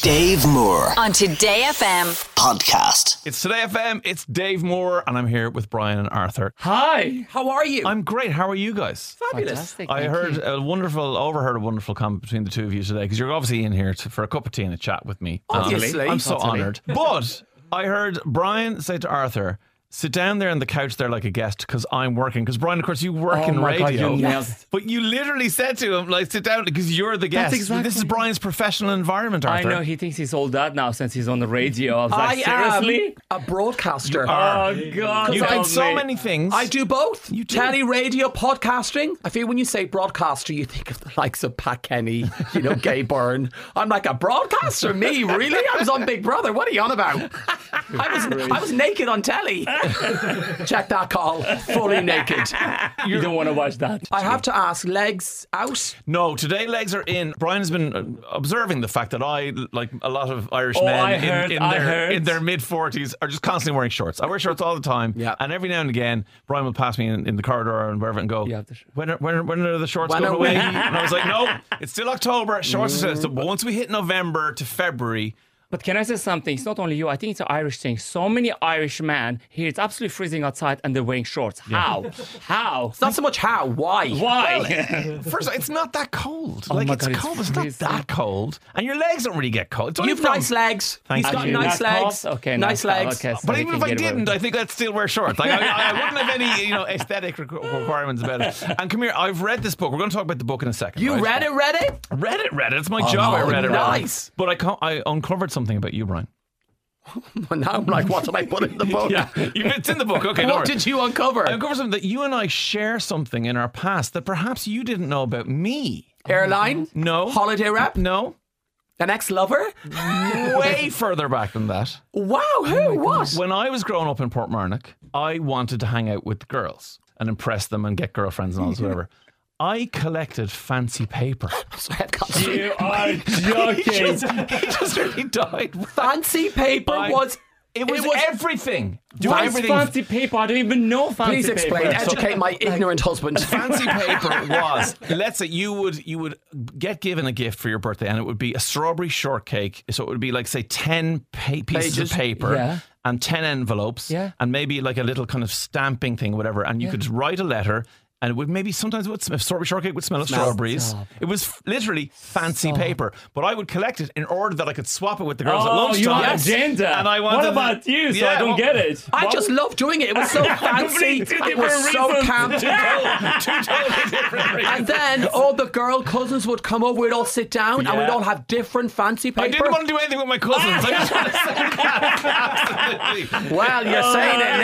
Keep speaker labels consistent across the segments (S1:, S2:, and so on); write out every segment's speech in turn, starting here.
S1: Dave Moore
S2: on Today FM.
S1: podcast.
S3: It's Today FM, it's Dave Moore, and I'm here with Brian and Arthur.
S4: Hi, how are you?
S3: I'm great. How are you guys?
S4: fabulous.
S3: I heard a wonderful, overheard a wonderful comment between the two of you today because you're obviously in here to, for a cup of tea and a chat with me. Um,
S4: Obviously.
S3: I'm so honoured. But I heard Brian say to Arthur, sit down there on the couch there like a guest because I'm working. Because Brian, of course, you work
S4: Oh
S3: in
S4: my God,
S3: radio.
S4: you nailed it.
S3: But you literally said to him, like, sit down because you're the guest. This is
S4: exactly-
S3: Brian's professional environment,
S4: I
S3: Arthur.
S4: know he thinks he's all that now since he's on the radio. I was like,
S5: I
S4: seriously?
S5: am Ah. a broadcaster.
S3: are.
S4: Oh God!
S3: You've done
S4: help
S3: so
S4: me.
S3: many things.
S5: I do both.
S3: You do.
S5: Telly, radio, podcasting. I feel when you say broadcaster, you think of the likes of Pat Kenny, you know, Gay Byrne. I'm like a broadcaster, me, really? I was on Big Brother. What are you on about? I was I was naked on telly. Check that call. Fully naked.
S4: You don't want to watch that.
S5: I have to ask, legs out?
S3: No, today legs are in. Brian has been uh, observing the fact that I, like a lot of Irish
S4: Oh, I
S3: men
S4: heard,
S3: in, in
S4: I
S3: their
S4: heard.
S3: in their mid forties, are just constantly wearing shorts. I wear shorts all the time,
S5: Yeah.
S3: And every now and again, Brian will pass me in, in the corridor and wherever and go,
S4: Yeah, the sh-
S3: when, are, when, are, when are the shorts
S5: When
S3: going
S5: are
S3: away?
S5: we-
S3: and I was like, no, it's still October. Shorts. are still
S4: Mm.
S3: But once we hit November to February,
S4: But can I say something? It's not only you. I think it's an Irish thing. So many Irish men here. It's absolutely freezing outside, and they're wearing shorts. How? How?
S5: Not so much how, why?
S4: Why?
S3: first of all, it's not that cold. like
S4: Oh my
S3: it's
S4: God, it's
S3: cold, but it's, not
S4: freezing.
S3: that cold, and your legs don't really get cold. It's only
S5: You've
S3: from-
S5: nice legs.
S3: Thank
S5: He's
S3: you.
S5: got
S3: Actually,
S5: nice
S4: that
S5: legs.
S4: cough? Okay,
S5: nice
S4: no,
S5: legs.
S4: okay, so
S3: But
S4: we
S3: even
S4: can
S3: if I
S4: get away with
S3: didn't,
S4: it.
S3: I think I'd still wear shorts. Like, I, I wouldn't have any, you know, aesthetic requ- requirements about it. And come here, I've read this book. We're going to talk about the book in a second.
S5: You
S3: right?
S5: read it, read it?
S3: Read it, read it. It's my job. I read it.
S5: nice.
S3: Read it. But I, can't, I uncovered something about you, Brian.
S5: Well, now I'm like, what did I put in the book?
S3: You- it's in the book. Okay, don't
S5: What
S3: worry.
S5: did you uncover?
S3: I uncovered something that you and I share something in our past that perhaps you didn't know about me.
S5: Airline?
S3: No.
S5: Holiday rep?
S3: No.
S5: An ex lover?
S3: Way further back than that.
S5: Wow,
S3: Oh
S5: who? what?
S3: When I was growing up in Portmarnock, I wanted to hang out with the girls and impress them and get girlfriends and all this whatever. I collected fancy paper.
S5: Sorry, I've got-
S4: you are joking.
S3: he just really died.
S5: Fancy paper
S3: I-
S5: was.
S3: It was, everything. Do
S4: What's
S3: everything.
S4: fancy paper? I don't even know fancy
S5: Please
S4: paper.
S5: explain. Educate my ignorant husband.
S3: fancy paper was let's say you would you would get given a gift for your birthday and it would be a strawberry shortcake so it would be like say 10 pa- pieces
S5: Pages.
S3: of paper
S4: Yeah.
S3: and 10 envelopes
S4: Yeah.
S3: and maybe like a little kind of stamping thing whatever and you could write a letter and it would maybe sometimes it would smell, strawberry shortcake would smell of strawberries. It was f- literally fancy paper, but I would collect it in order that I could swap it with the girls at
S4: Oh,
S3: lunchtime.
S4: you are agenda.
S3: And I wanted
S4: what about you? So I
S3: Yeah,
S4: don't
S3: well-
S4: get it.
S5: I
S4: What-
S5: just love doing it. It was so fancy.
S4: Completely
S5: It
S4: different
S5: was so
S4: reasons.
S5: camp.
S3: Two totally different reasons.
S5: And then all the girl cousins would come over. We'd all sit down and we'd
S3: Yeah.
S5: all have different fancy paper.
S3: I didn't want to do anything with my cousins. I just want to say that. Absolutely.
S5: Well, you're
S3: Oh,
S5: saying it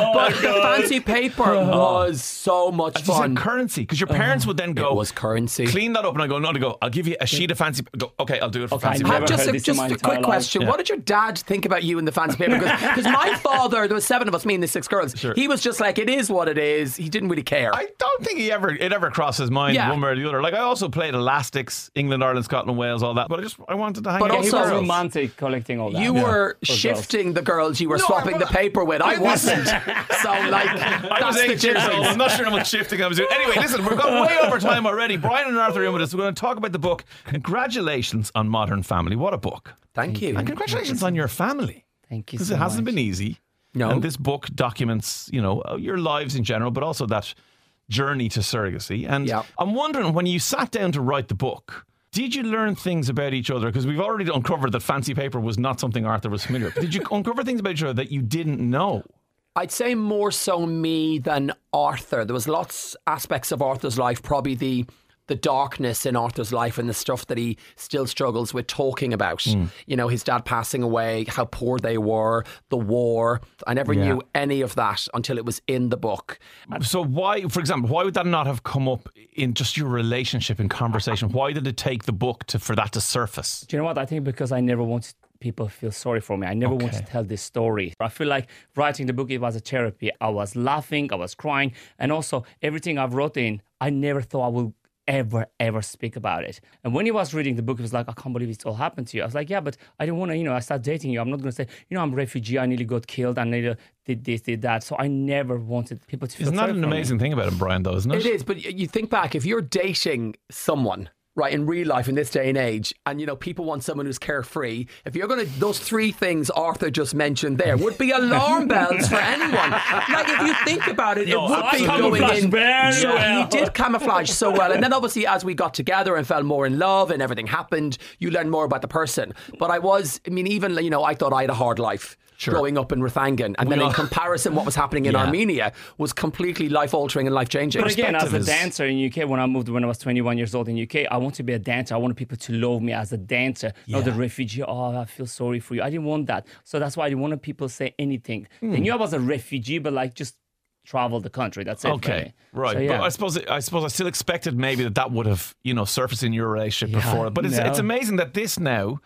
S5: now. but the fancy paper was so much
S3: This is a
S5: fun. Oh.
S3: currency because your parents would then go,
S5: It was currency.
S3: clean that up, and I go, no, they go, I'll give you a sheet of fancy. Go, okay, I'll do it for fancy.
S4: I've
S5: Pat,
S4: never
S3: paper."
S5: just
S4: heard
S5: a,
S4: this in
S5: just
S4: my
S5: a
S4: entire
S5: quick
S4: life.
S5: question. What did your dad think about you and the fancy paper? Because my father, there were seven of us, me and the six girls. He was just like, it is what it is. He didn't really care.
S3: I don't think he ever it ever crossed his mind
S5: Yeah.
S3: one way or the other. Like I also played elastics, England, Ireland, Scotland, Wales, all that. But I just I wanted to hang.
S5: But
S3: out
S4: Yeah, he
S3: with
S5: also-
S4: was
S3: girls.
S4: romantic collecting all that.
S5: you
S4: Yeah.
S5: were
S4: girls.
S5: shifting the girls you were swapping
S3: I-
S5: the paper with. I wasn't. so, like,
S3: I was
S5: that's the
S3: eight years old. I'm
S5: difference.
S3: not sure how much shifting I was doing. Anyway, listen, we've gone way over time already. Brian and Arthur are in with us. We're going to talk about the book. Congratulations on Modern Family. What a book!
S5: Thank you.
S3: And congratulations on your family.
S4: Thank you
S3: Because
S4: so
S3: it hasn't
S4: much.
S3: been easy.
S5: No.
S3: And this book documents, you know, uh, your lives in general, but also that journey to surrogacy. And
S5: Yeah.
S3: I'm wondering, when you sat down to write the book, did you learn things about each other? Because we've already uncovered that fancy paper was not something Arthur was familiar with. Did you uncover things about each other that you didn't know?
S5: I'd say more so me than Arthur. There was lots aspects of Arthur's life, probably the the darkness in Arthur's life and the stuff that he still struggles with talking about. You know, his dad passing away, how poor they were, the war. I never knew any of that until it was in the book.
S3: So why, for example, why would that not have come up in just your relationship and conversation? Why did it take the book to for that to surface?
S4: Do you know what? I think because I never wanted people to feel sorry for me. I never wanted to tell this story. I feel like writing the book, it was a therapy. I was laughing, I was crying, and also everything I've wrote in, I never thought I would ever, ever speak about it. And when he was reading the book, he was like, I can't believe it's all happened to you. I was like, yeah, but I didn't want to, you know, I start dating you. I'm not going to say, you know, I'm refugee, I nearly got killed, I nearly did this, did that. So I never wanted people to feel
S3: Isn't that
S4: sorry
S3: an
S4: for me.
S3: amazing thing about him, Brian? Though, isn't it?
S5: It is, but y- you think back, if you're dating someone, right, in real life in this day and age, and you know, people want someone who's carefree. If you're going to, those three things Arthur just mentioned there would be alarm bells for anyone. Like, if you think about it,
S3: No,
S5: it would
S3: I
S5: be going
S4: camouflage
S5: in.
S4: very
S5: so
S4: well.
S5: he did camouflage so well. And then obviously, as we got together and fell more in love and everything happened, you learn more about the person. But I was, I mean, even, you know, I thought I had a hard life.
S3: Sure.
S5: Growing up in Rathangan, and then
S3: all-
S5: in comparison, what was happening in
S3: Yeah.
S5: Armenia was completely life altering and life changing.
S4: But again, as a
S3: perspective is-
S4: dancer in UK, when I moved when I was 21 years old in UK, I want to be a dancer. I wanted people to love me as a dancer, not a
S3: Yeah.
S4: refugee. Oh, I feel sorry for you. I didn't want that. So that's why I didn't want people to say anything.
S3: Hmm.
S4: They knew I was a refugee, but like just travel the country. That's it. for
S3: Okay,
S4: me.
S3: right.
S4: So, yeah.
S3: But I suppose I suppose I still expected maybe that that would have you know surfaced in your relationship
S4: Yeah,
S3: before. But it's
S4: no.
S3: it's amazing that this now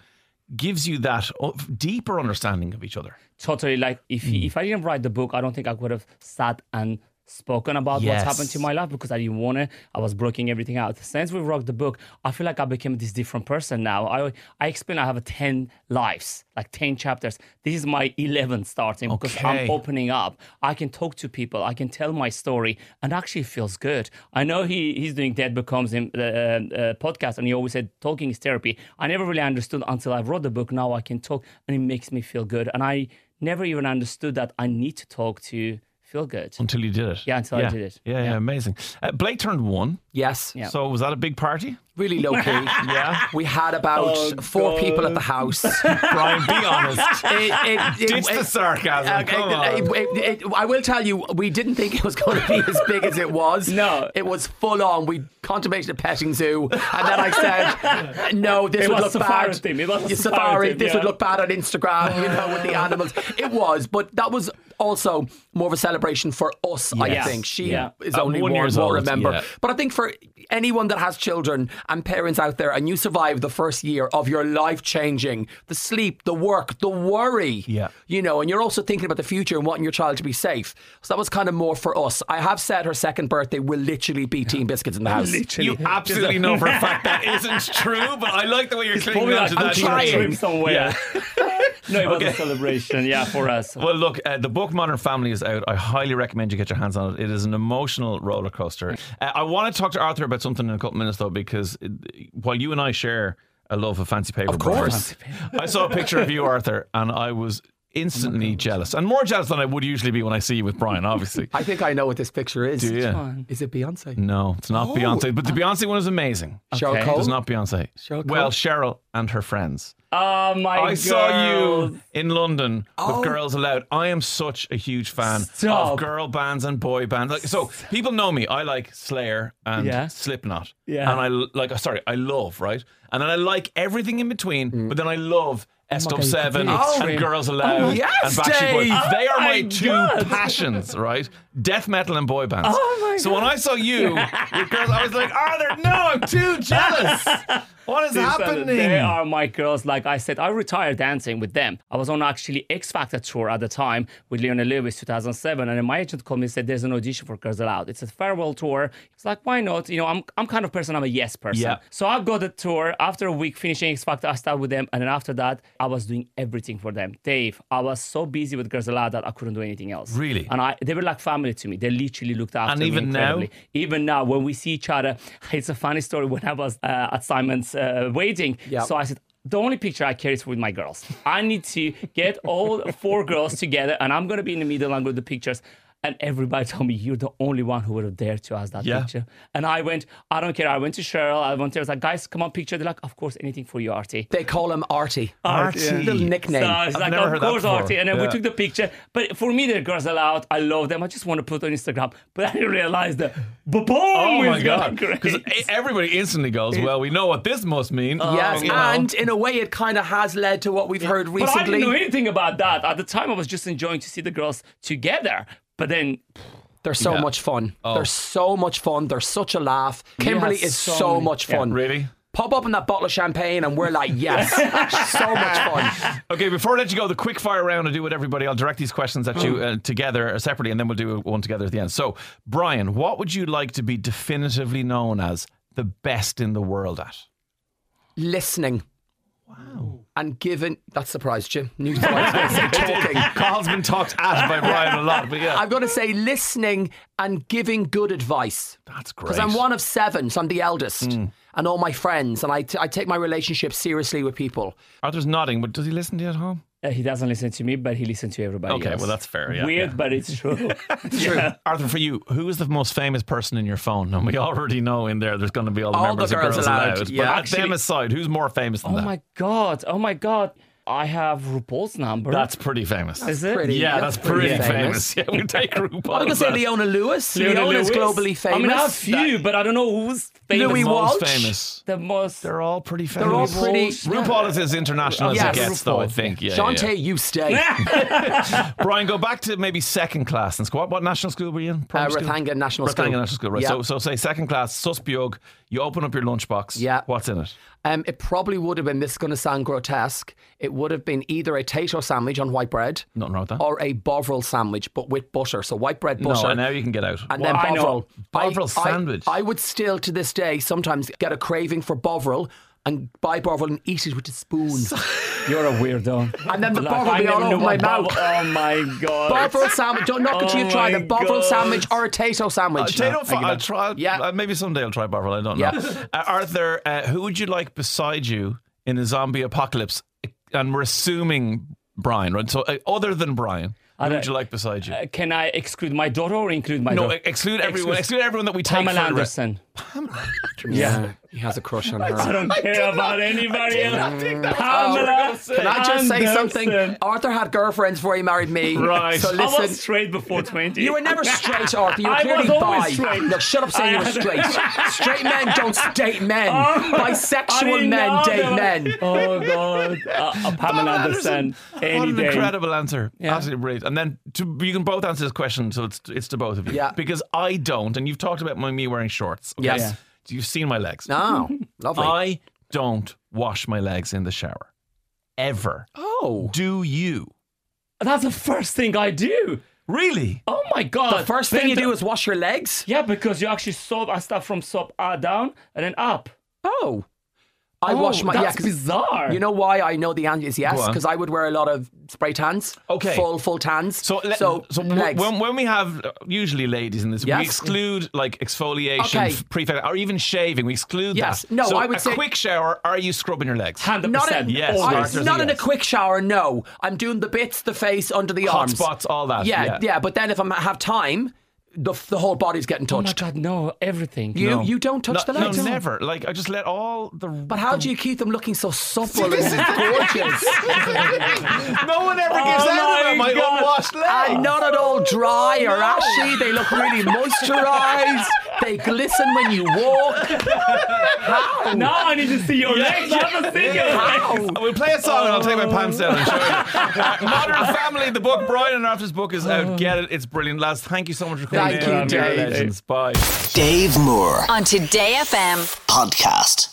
S3: gives you that o- deeper understanding of each other.
S4: totally like if
S3: Mm.
S4: if I didn't write the book, I don't think I would have sat and spoken about
S3: Yes.
S4: what's happened to my life because I didn't want to. I was breaking everything out. Since we wrote the book, I feel like I became this different person now. I I explain I have a ten lives, like ten chapters. This is my eleventh starting because I'm
S3: Okay.
S4: opening up. I can talk to people. I can tell my story, and actually it feels good. I know he he's doing Dead Becomes him uh, uh, podcast, and he always said talking is therapy. I never really understood until I wrote the book. Now I can talk, and it makes me feel good. And I never even understood that I need to talk to feel good.
S3: Until you did it.
S4: Yeah, until I did it.
S3: Yeah, yeah,
S4: Yeah.
S3: amazing. Uh, Blake turned one.
S5: yes,
S4: Yeah.
S3: So was that a big party?
S5: really low key.
S3: Yeah.
S5: We had about
S4: Oh,
S5: four people at the house. It-
S3: Brian, be honest.
S5: it- it-
S3: Ditch the
S5: it-
S3: sarcasm.
S5: Okay,
S3: Come on.
S5: it- it- it- I will tell you, we didn't think it was going to be as big as it was.
S4: No.
S5: it was full on. We contemplated a petting zoo, and then I said, "No, this
S4: It
S5: would
S4: was
S5: look
S4: safari
S5: bad.
S4: theme. It was a
S5: Yeah,
S4: safari theme,
S5: This would
S4: yeah.
S5: look bad on Instagram, you know, with the animals. It was, but that was also more of a celebration for us. I
S3: Yes.
S5: think she
S4: Yeah.
S5: is
S3: At
S5: only
S3: one
S5: one.
S3: years
S5: won't
S3: old,
S5: remember,
S3: yeah.
S5: but I think for anyone that has children and parents out there, and you survive the first year of your life changing, the sleep, the work, the worry,
S3: Yeah.
S5: you know, and you're also thinking about the future and wanting your child to be safe. So that was kind of more for us. I have said her second birthday will literally be Team Biscuits in the house.
S3: You absolutely know for a fact that isn't true, but I like the way you're clinging
S4: Probably
S3: on
S4: like
S3: to
S4: I'm
S3: that.
S4: trying
S3: Shane.
S4: somewhere.
S3: Yeah.
S4: no, it was
S3: Okay.
S4: a celebration. Yeah, for us.
S3: Well, look, uh, the book Modern Family is out. I highly recommend you get your hands on it. It is an emotional roller coaster. Uh, I want to talk to Arthur about something in a couple minutes, though, because uh, while you and I share a love of fancy paper, of
S5: course.
S3: I saw a picture of you, Arthur, and I was
S5: Oh
S3: instantly jealous, and more jealous than I would usually be when I see you with Brian, obviously.
S5: I think I know what this picture is.
S3: yeah.
S5: Is it Beyonce?
S3: No, it's not Beyonce, but the Beyonce one is amazing.
S5: Cheryl
S4: Okay.
S5: Cole?
S3: It's not Beyonce.
S5: Cheryl
S3: well,
S5: Cole?
S3: Cheryl and her friends.
S4: Oh my
S3: I saw
S4: girl. Oh.
S3: you in London with Girls Aloud. I am such a huge fan of
S4: Stop.
S3: girl bands and boy bands. Like, so people know me. I like Slayer and
S4: Yeah.
S3: Slipknot.
S4: Yeah.
S3: And I l- like. Sorry, I love right. And then I like everything in between. But then I love Estop
S4: Mm. Oh God, you're
S3: Seven
S4: completely
S3: and
S4: extreme.
S3: Girls
S4: Oh,
S3: Aloud
S5: yes,
S3: and Backstreet Boys.
S5: Dave. Oh
S3: they are my,
S4: my
S3: two
S4: God.
S3: passions, right? Death metal and boy bands.
S4: Oh my
S3: so when I saw you with girls, I was like, Arthur, no, I'm too jealous. What is
S4: These are the-
S3: happening?
S4: They are my girls. Like I said, I retired dancing with them. I was on actually X Factor tour at the time with Leona Lewis, 2007, and then my agent called me and said, "There's an audition for Girls Aloud. It's a farewell tour." It's like, why not? You know, I'm I'm kind of person. I'm a yes person.
S3: Yeah.
S4: So I got the tour. After a week finishing X Factor, I started with them, and then after that, I was doing everything for them. Dave, I was so busy with Girls Aloud that I couldn't do anything else.
S3: Really?
S4: And I, they were like family to me. They literally looked after
S3: And
S4: me
S3: even now?
S4: incredibly even now when we see each other it's a funny story when i was uh, at simon's uh, wedding
S5: Yeah.
S4: so i said the only picture I carry is with my girls. I need to get all four girls together, and I'm gonna be in the middle. I'm gonna do pictures, and everybody told me you're the only one who would have dared to ask that
S3: Yeah.
S4: picture. And I went, I don't care. I went to Cheryl. I went there. I was like, guys, come on, picture. They're like, of course, anything for you, Artie.
S5: They call him Artie.
S3: Artie.
S5: Little nickname.
S4: So I was
S3: I've
S4: like,
S3: never
S4: of
S3: heard that
S4: course,
S3: before.
S4: Artie. And then
S3: Yeah.
S4: we took the picture. But for me, they're girls allowed. I love them. I just want to put on Instagram. But I didn't realize that. Boom!
S3: Oh my
S4: it's
S3: god!
S4: gone
S3: Because
S4: great.
S3: everybody instantly goes, "Well, we know what this must mean." Oh,
S5: Yes,
S3: You know.
S5: and in a way, it kind of has led to what we've heard
S4: But I
S5: recently.
S4: didn't know anything about that. At the time, I was just enjoying to see the girls together. But then,
S5: They're so
S3: Yeah.
S5: much fun. They're so much fun. They're such a laugh. Kimberly
S4: have
S5: is
S4: so
S5: so,
S4: many-
S5: much
S4: yeah.
S5: fun.
S3: really.
S5: Pop up in that bottle of champagne, and we're like, yes, so much fun.
S3: Okay, before I let you go, the quick fire round I do with everybody. I'll direct these questions at
S5: Oh.
S3: you uh, together uh, separately, and then we'll do one together at the end. So, Brian, what would you like to be definitively known as the best in the world at?
S5: Listening. Wow. And given that surprised you. New thought. I was gonna say talking.
S3: Carl's been talked at by Brian a lot, but yeah,
S5: I'm going to say listening and giving good advice
S3: that's great.
S5: because I'm one of seven, so I'm the eldest. and all my friends, and I, t- I take my relationship seriously with people.
S3: Arthur's nodding, but does he listen to you at home?
S4: Uh, he doesn't listen to me, but he listens to everybody.
S3: Okay,
S4: else.
S3: well, that's fair, yeah,
S4: Weird,
S3: yeah.
S4: but it's true.
S5: True.
S3: Arthur, for you, who is the most famous person in your phone? And we already know in there, there's going to be all the
S5: All the
S3: members of
S5: Girls
S3: Girls
S5: Aloud,
S3: Aloud.
S5: yeah.
S3: but
S5: Actually-
S3: them aside, who's more famous than
S4: oh
S3: that?
S4: my god! Oh my god! I have RuPaul's number.
S3: That's pretty famous.
S4: is it?
S5: pretty.
S3: yeah, that's, pretty, famous.
S5: famous.
S3: Yeah, we take RuPaul.
S5: I'm going to
S3: as
S5: say
S3: that.
S5: Leona Lewis.
S4: Leona
S5: Leona's
S4: Lewis?
S5: globally famous.
S4: I mean, I have few, but I don't know who's famous.
S5: Louis
S4: the
S3: Most
S5: Walsh.
S3: famous.
S4: The most.
S3: They're all pretty famous.
S5: all pretty-
S3: RuPaul is as international
S5: Yes.
S3: as it gets, though, I
S4: RuPaul.
S3: think. Yeah,
S5: Shantae,
S3: yeah, yeah.
S5: you stay.
S3: Brian, go back to maybe second class. And what, what national school were you in?
S5: Uh,
S3: Primary school?
S5: Rathangan National School.
S3: Rathangan National School, right.
S5: Yeah.
S3: So, so say second class, Susbjog, you open up your lunchbox.
S5: Yeah.
S3: What's in it?
S5: Um, it probably would have been, this is going to sound grotesque, it would have been either a tato sandwich on white bread
S3: Nothing wrong with that.
S5: or a bovril sandwich, but with butter. So white bread,
S3: no,
S5: butter.
S3: and now you can get out.
S5: and
S4: Well, I
S5: then
S4: know.
S5: bovril. I-
S3: Bovril
S5: I-
S3: sandwich.
S5: I, would still, to this day, sometimes get a craving for bovril and buy bovril and eat it with a spoon.
S4: You're a weirdo.
S5: And then the
S4: Like,
S5: bar will
S4: I
S5: be all
S4: never
S5: over
S4: knew
S5: my
S4: what bar-
S5: mouth.
S4: Oh my god.
S5: bovril sandwich. Don't knock it
S4: Oh
S5: till you try the
S4: my
S5: bovril
S4: God.
S5: sandwich or a tato sandwich.
S3: Potato
S5: No,
S3: fi-
S5: I
S3: I'll
S5: give up.
S3: try.
S5: Yeah.
S3: uh, maybe someday I'll try Barvel. I don't know.
S5: Yeah.
S3: Uh, Arthur, uh, who would you like beside you in a zombie apocalypse? And we're assuming Brian, right? So uh, other than Brian, who
S4: don't-
S3: would you like beside you?
S4: Uh, Can I exclude my daughter or include my
S3: no, uh,
S4: daughter?
S3: exclude everyone.
S4: excuse-
S3: Exclude everyone that we take
S4: Pamela
S3: for the rest-
S4: Anderson.
S5: Yeah, he has a crush on
S4: I
S5: her.
S4: don't care about anybody else.
S5: Can
S4: Pamela.
S5: Can I just say
S4: Anderson.
S5: something? Arthur had girlfriends before he married me.
S3: Right.
S5: So
S4: I was
S5: listen,
S4: straight before 20.
S5: you were never straight, Arthur. You were
S4: I was
S5: clearly
S4: always
S5: bi.
S4: straight.
S5: No, shut up saying you were straight. Straight men don't date men.
S4: Oh. I
S5: Bisexual
S4: didn't
S5: men
S4: know
S5: date
S4: that.
S5: men.
S4: Oh god, uh, uh, Pamela Anderson,
S3: What
S4: any
S3: an
S4: day.
S3: incredible answer! Absolutely brilliant. And then to, you can both answer this question, so it's it's to both of you.
S5: Yeah.
S3: Because I don't, and you've talked about my me wearing shorts. Okay?
S5: Yes. Yeah.
S3: You've seen my legs.
S5: No, Oh, lovely.
S3: I don't wash my legs in the shower ever.
S5: oh.
S3: Do you?
S4: That's the first thing I do.
S3: Really?
S4: Oh my god.
S5: The first thing you
S4: Then-
S5: do is wash your legs?
S4: Yeah, because you actually soap. I start from soap uh, down and then up.
S5: Oh. I wash my yeah,
S4: That's
S5: 'cause
S4: bizarre.
S5: You know why I know the answer is yes?
S3: Go on.
S5: Because I would wear a lot of spray tans.
S3: Okay.
S5: Full, full tans.
S3: So, let, so,
S5: so,
S3: w-
S5: legs.
S3: when when we have uh, usually ladies in this, we
S5: Yes.
S3: exclude like exfoliation,
S5: Okay.
S3: f- prefat, or even shaving. We exclude
S5: Yes.
S3: that.
S5: No,
S3: So
S5: I would
S3: a
S5: say-
S3: quick shower. Are you scrubbing your legs?
S4: hundred
S5: not in,
S4: percent.
S3: Yes,
S5: I-
S3: Mark, there's
S5: not
S3: a
S5: in a
S3: yes.
S5: quick shower, no. I'm doing the bits, the face, under the
S3: Hot
S5: arms.
S3: spots, all that.
S5: Yeah,
S3: Yeah.
S5: yeah, But then if I have time, the, the whole body's getting
S4: Oh my
S5: touched.
S4: god, no! Everything.
S5: you
S3: No.
S5: you don't touch
S3: no,
S5: the legs.
S3: no, never. Like I just let all the.
S5: But how do you keep them looking so supple and gorgeous
S3: no one ever gives
S4: Oh
S3: out about my
S4: my God.
S3: unwashed legs.
S5: and not at all dry or ashy? They look really moisturized. They glisten when you walk. How?
S4: Now I need to see your legs. I haven't seen your legs.
S5: How?
S3: We'll play a song and I'll take my
S5: Oh.
S3: pants down and show you. Uh, Modern Family, the book, Brian and Arthur's book is out. Get it. It's brilliant. Lads, thank you so much for coming
S5: Oh. Thank
S3: in.
S5: you,
S3: You're
S5: Dave.
S3: Legends. Bye.
S1: Dave Moore
S2: on Today FM.
S1: podcast.